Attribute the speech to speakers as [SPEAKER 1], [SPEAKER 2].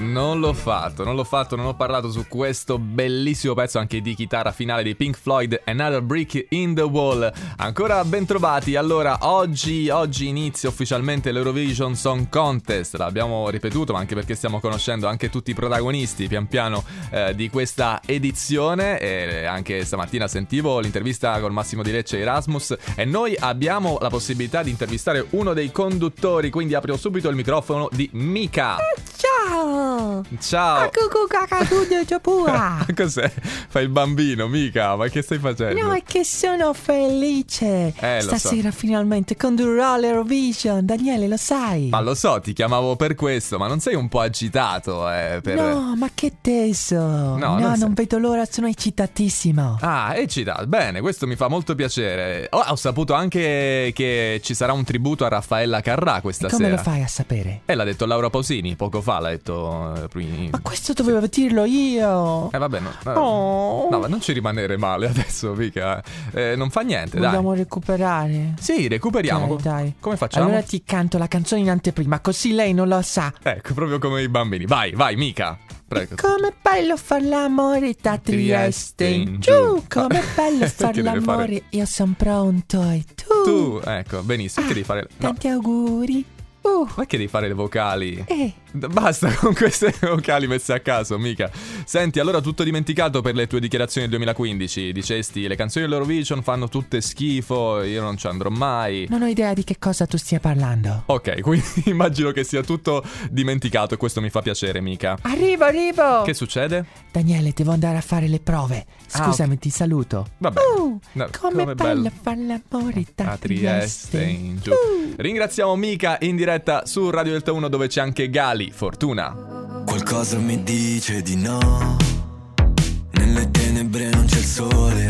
[SPEAKER 1] Non l'ho fatto, non l'ho fatto, non ho parlato su questo bellissimo pezzo anche di chitarra finale di Pink Floyd, Another Brick in the Wall. Ancora bentrovati, allora oggi, oggi inizia ufficialmente l'Eurovision Song Contest, l'abbiamo ripetuto ma anche perché stiamo conoscendo anche tutti i protagonisti pian piano eh, di questa edizione e anche stamattina sentivo l'intervista con Massimo Di Lecce e Erasmus e noi abbiamo la possibilità di intervistare uno dei conduttori, quindi apro subito il microfono di Mika.
[SPEAKER 2] Ciao! Ah,
[SPEAKER 1] Ciao!
[SPEAKER 2] Cucu cacacu di Giapura!
[SPEAKER 1] Cos'è? Fai il bambino, mica, ma che stai facendo?
[SPEAKER 2] No, è che sono felice!
[SPEAKER 1] Eh, lo so.
[SPEAKER 2] Stasera finalmente condurrò l'Eurovision, Daniele, lo sai!
[SPEAKER 1] Ma lo so, ti chiamavo per questo, ma non sei un po' agitato, eh, per...
[SPEAKER 2] No, ma che teso! No,
[SPEAKER 1] non
[SPEAKER 2] non,
[SPEAKER 1] sei-
[SPEAKER 2] vedo l'ora, sono eccitatissimo!
[SPEAKER 1] Ah, eccitato. Bene, questo mi fa molto piacere. Oh, ho saputo anche che ci sarà un tributo a Raffaella Carrà questa
[SPEAKER 2] e come
[SPEAKER 1] sera.
[SPEAKER 2] lo fai a sapere?
[SPEAKER 1] Eh, l'ha detto Laura Pausini poco fa, l'ha detto... eh, prima-
[SPEAKER 2] Ma questo dovevo dirlo io!
[SPEAKER 1] Eh, vabbè, no, vabbè.
[SPEAKER 2] Oh!
[SPEAKER 1] No, ma non ci rimanere male adesso, mica. Eh, non fa niente,
[SPEAKER 2] Vogliamo
[SPEAKER 1] dai.
[SPEAKER 2] recuperare?
[SPEAKER 1] Sì, recuperiamo.
[SPEAKER 2] Dai, dai.
[SPEAKER 1] Come facciamo?
[SPEAKER 2] Allora ti canto la canzone in anteprima, così lei non lo sa!
[SPEAKER 1] Ecco, proprio come i bambini. Vai, vai, mica. Prego.
[SPEAKER 2] Come bello far l'amore da Trieste in giù. Come bello far
[SPEAKER 1] Che deve fare?
[SPEAKER 2] l'amore, io sono pronto e tu. Ah,
[SPEAKER 1] Tu, ecco, benissimo. che devi fare. No,
[SPEAKER 2] Tanti auguri. Uh,
[SPEAKER 1] ma che devi fare le vocali?
[SPEAKER 2] eh.
[SPEAKER 1] D- Basta con queste vocali messe a caso, mica. Senti, allora tutto dimenticato per le tue dichiarazioni del 2015. Dicesti le canzoni dell'Eurovision fanno tutte schifo, io non ci andrò mai.
[SPEAKER 2] Non ho idea di che cosa tu stia parlando.
[SPEAKER 1] Ok, quindi immagino che sia tutto dimenticato e questo mi fa piacere, mica.
[SPEAKER 2] Arrivo, arrivo.
[SPEAKER 1] Che succede?
[SPEAKER 2] Daniele, devo andare a fare le prove.
[SPEAKER 1] Ah,
[SPEAKER 2] Scusami, ti saluto.
[SPEAKER 1] Vabbè.
[SPEAKER 2] Uh,
[SPEAKER 1] No,
[SPEAKER 2] come,
[SPEAKER 1] come
[SPEAKER 2] bello
[SPEAKER 1] bello.
[SPEAKER 2] far l'amore da
[SPEAKER 1] a Trieste in giù.
[SPEAKER 2] Uh.
[SPEAKER 1] Ringraziamo Mica in diretta su Radio Delta 1 dove c'è anche Gali, Fortuna.
[SPEAKER 3] Qualcosa mi dice di no. Nelle tenebre non c'è il sole.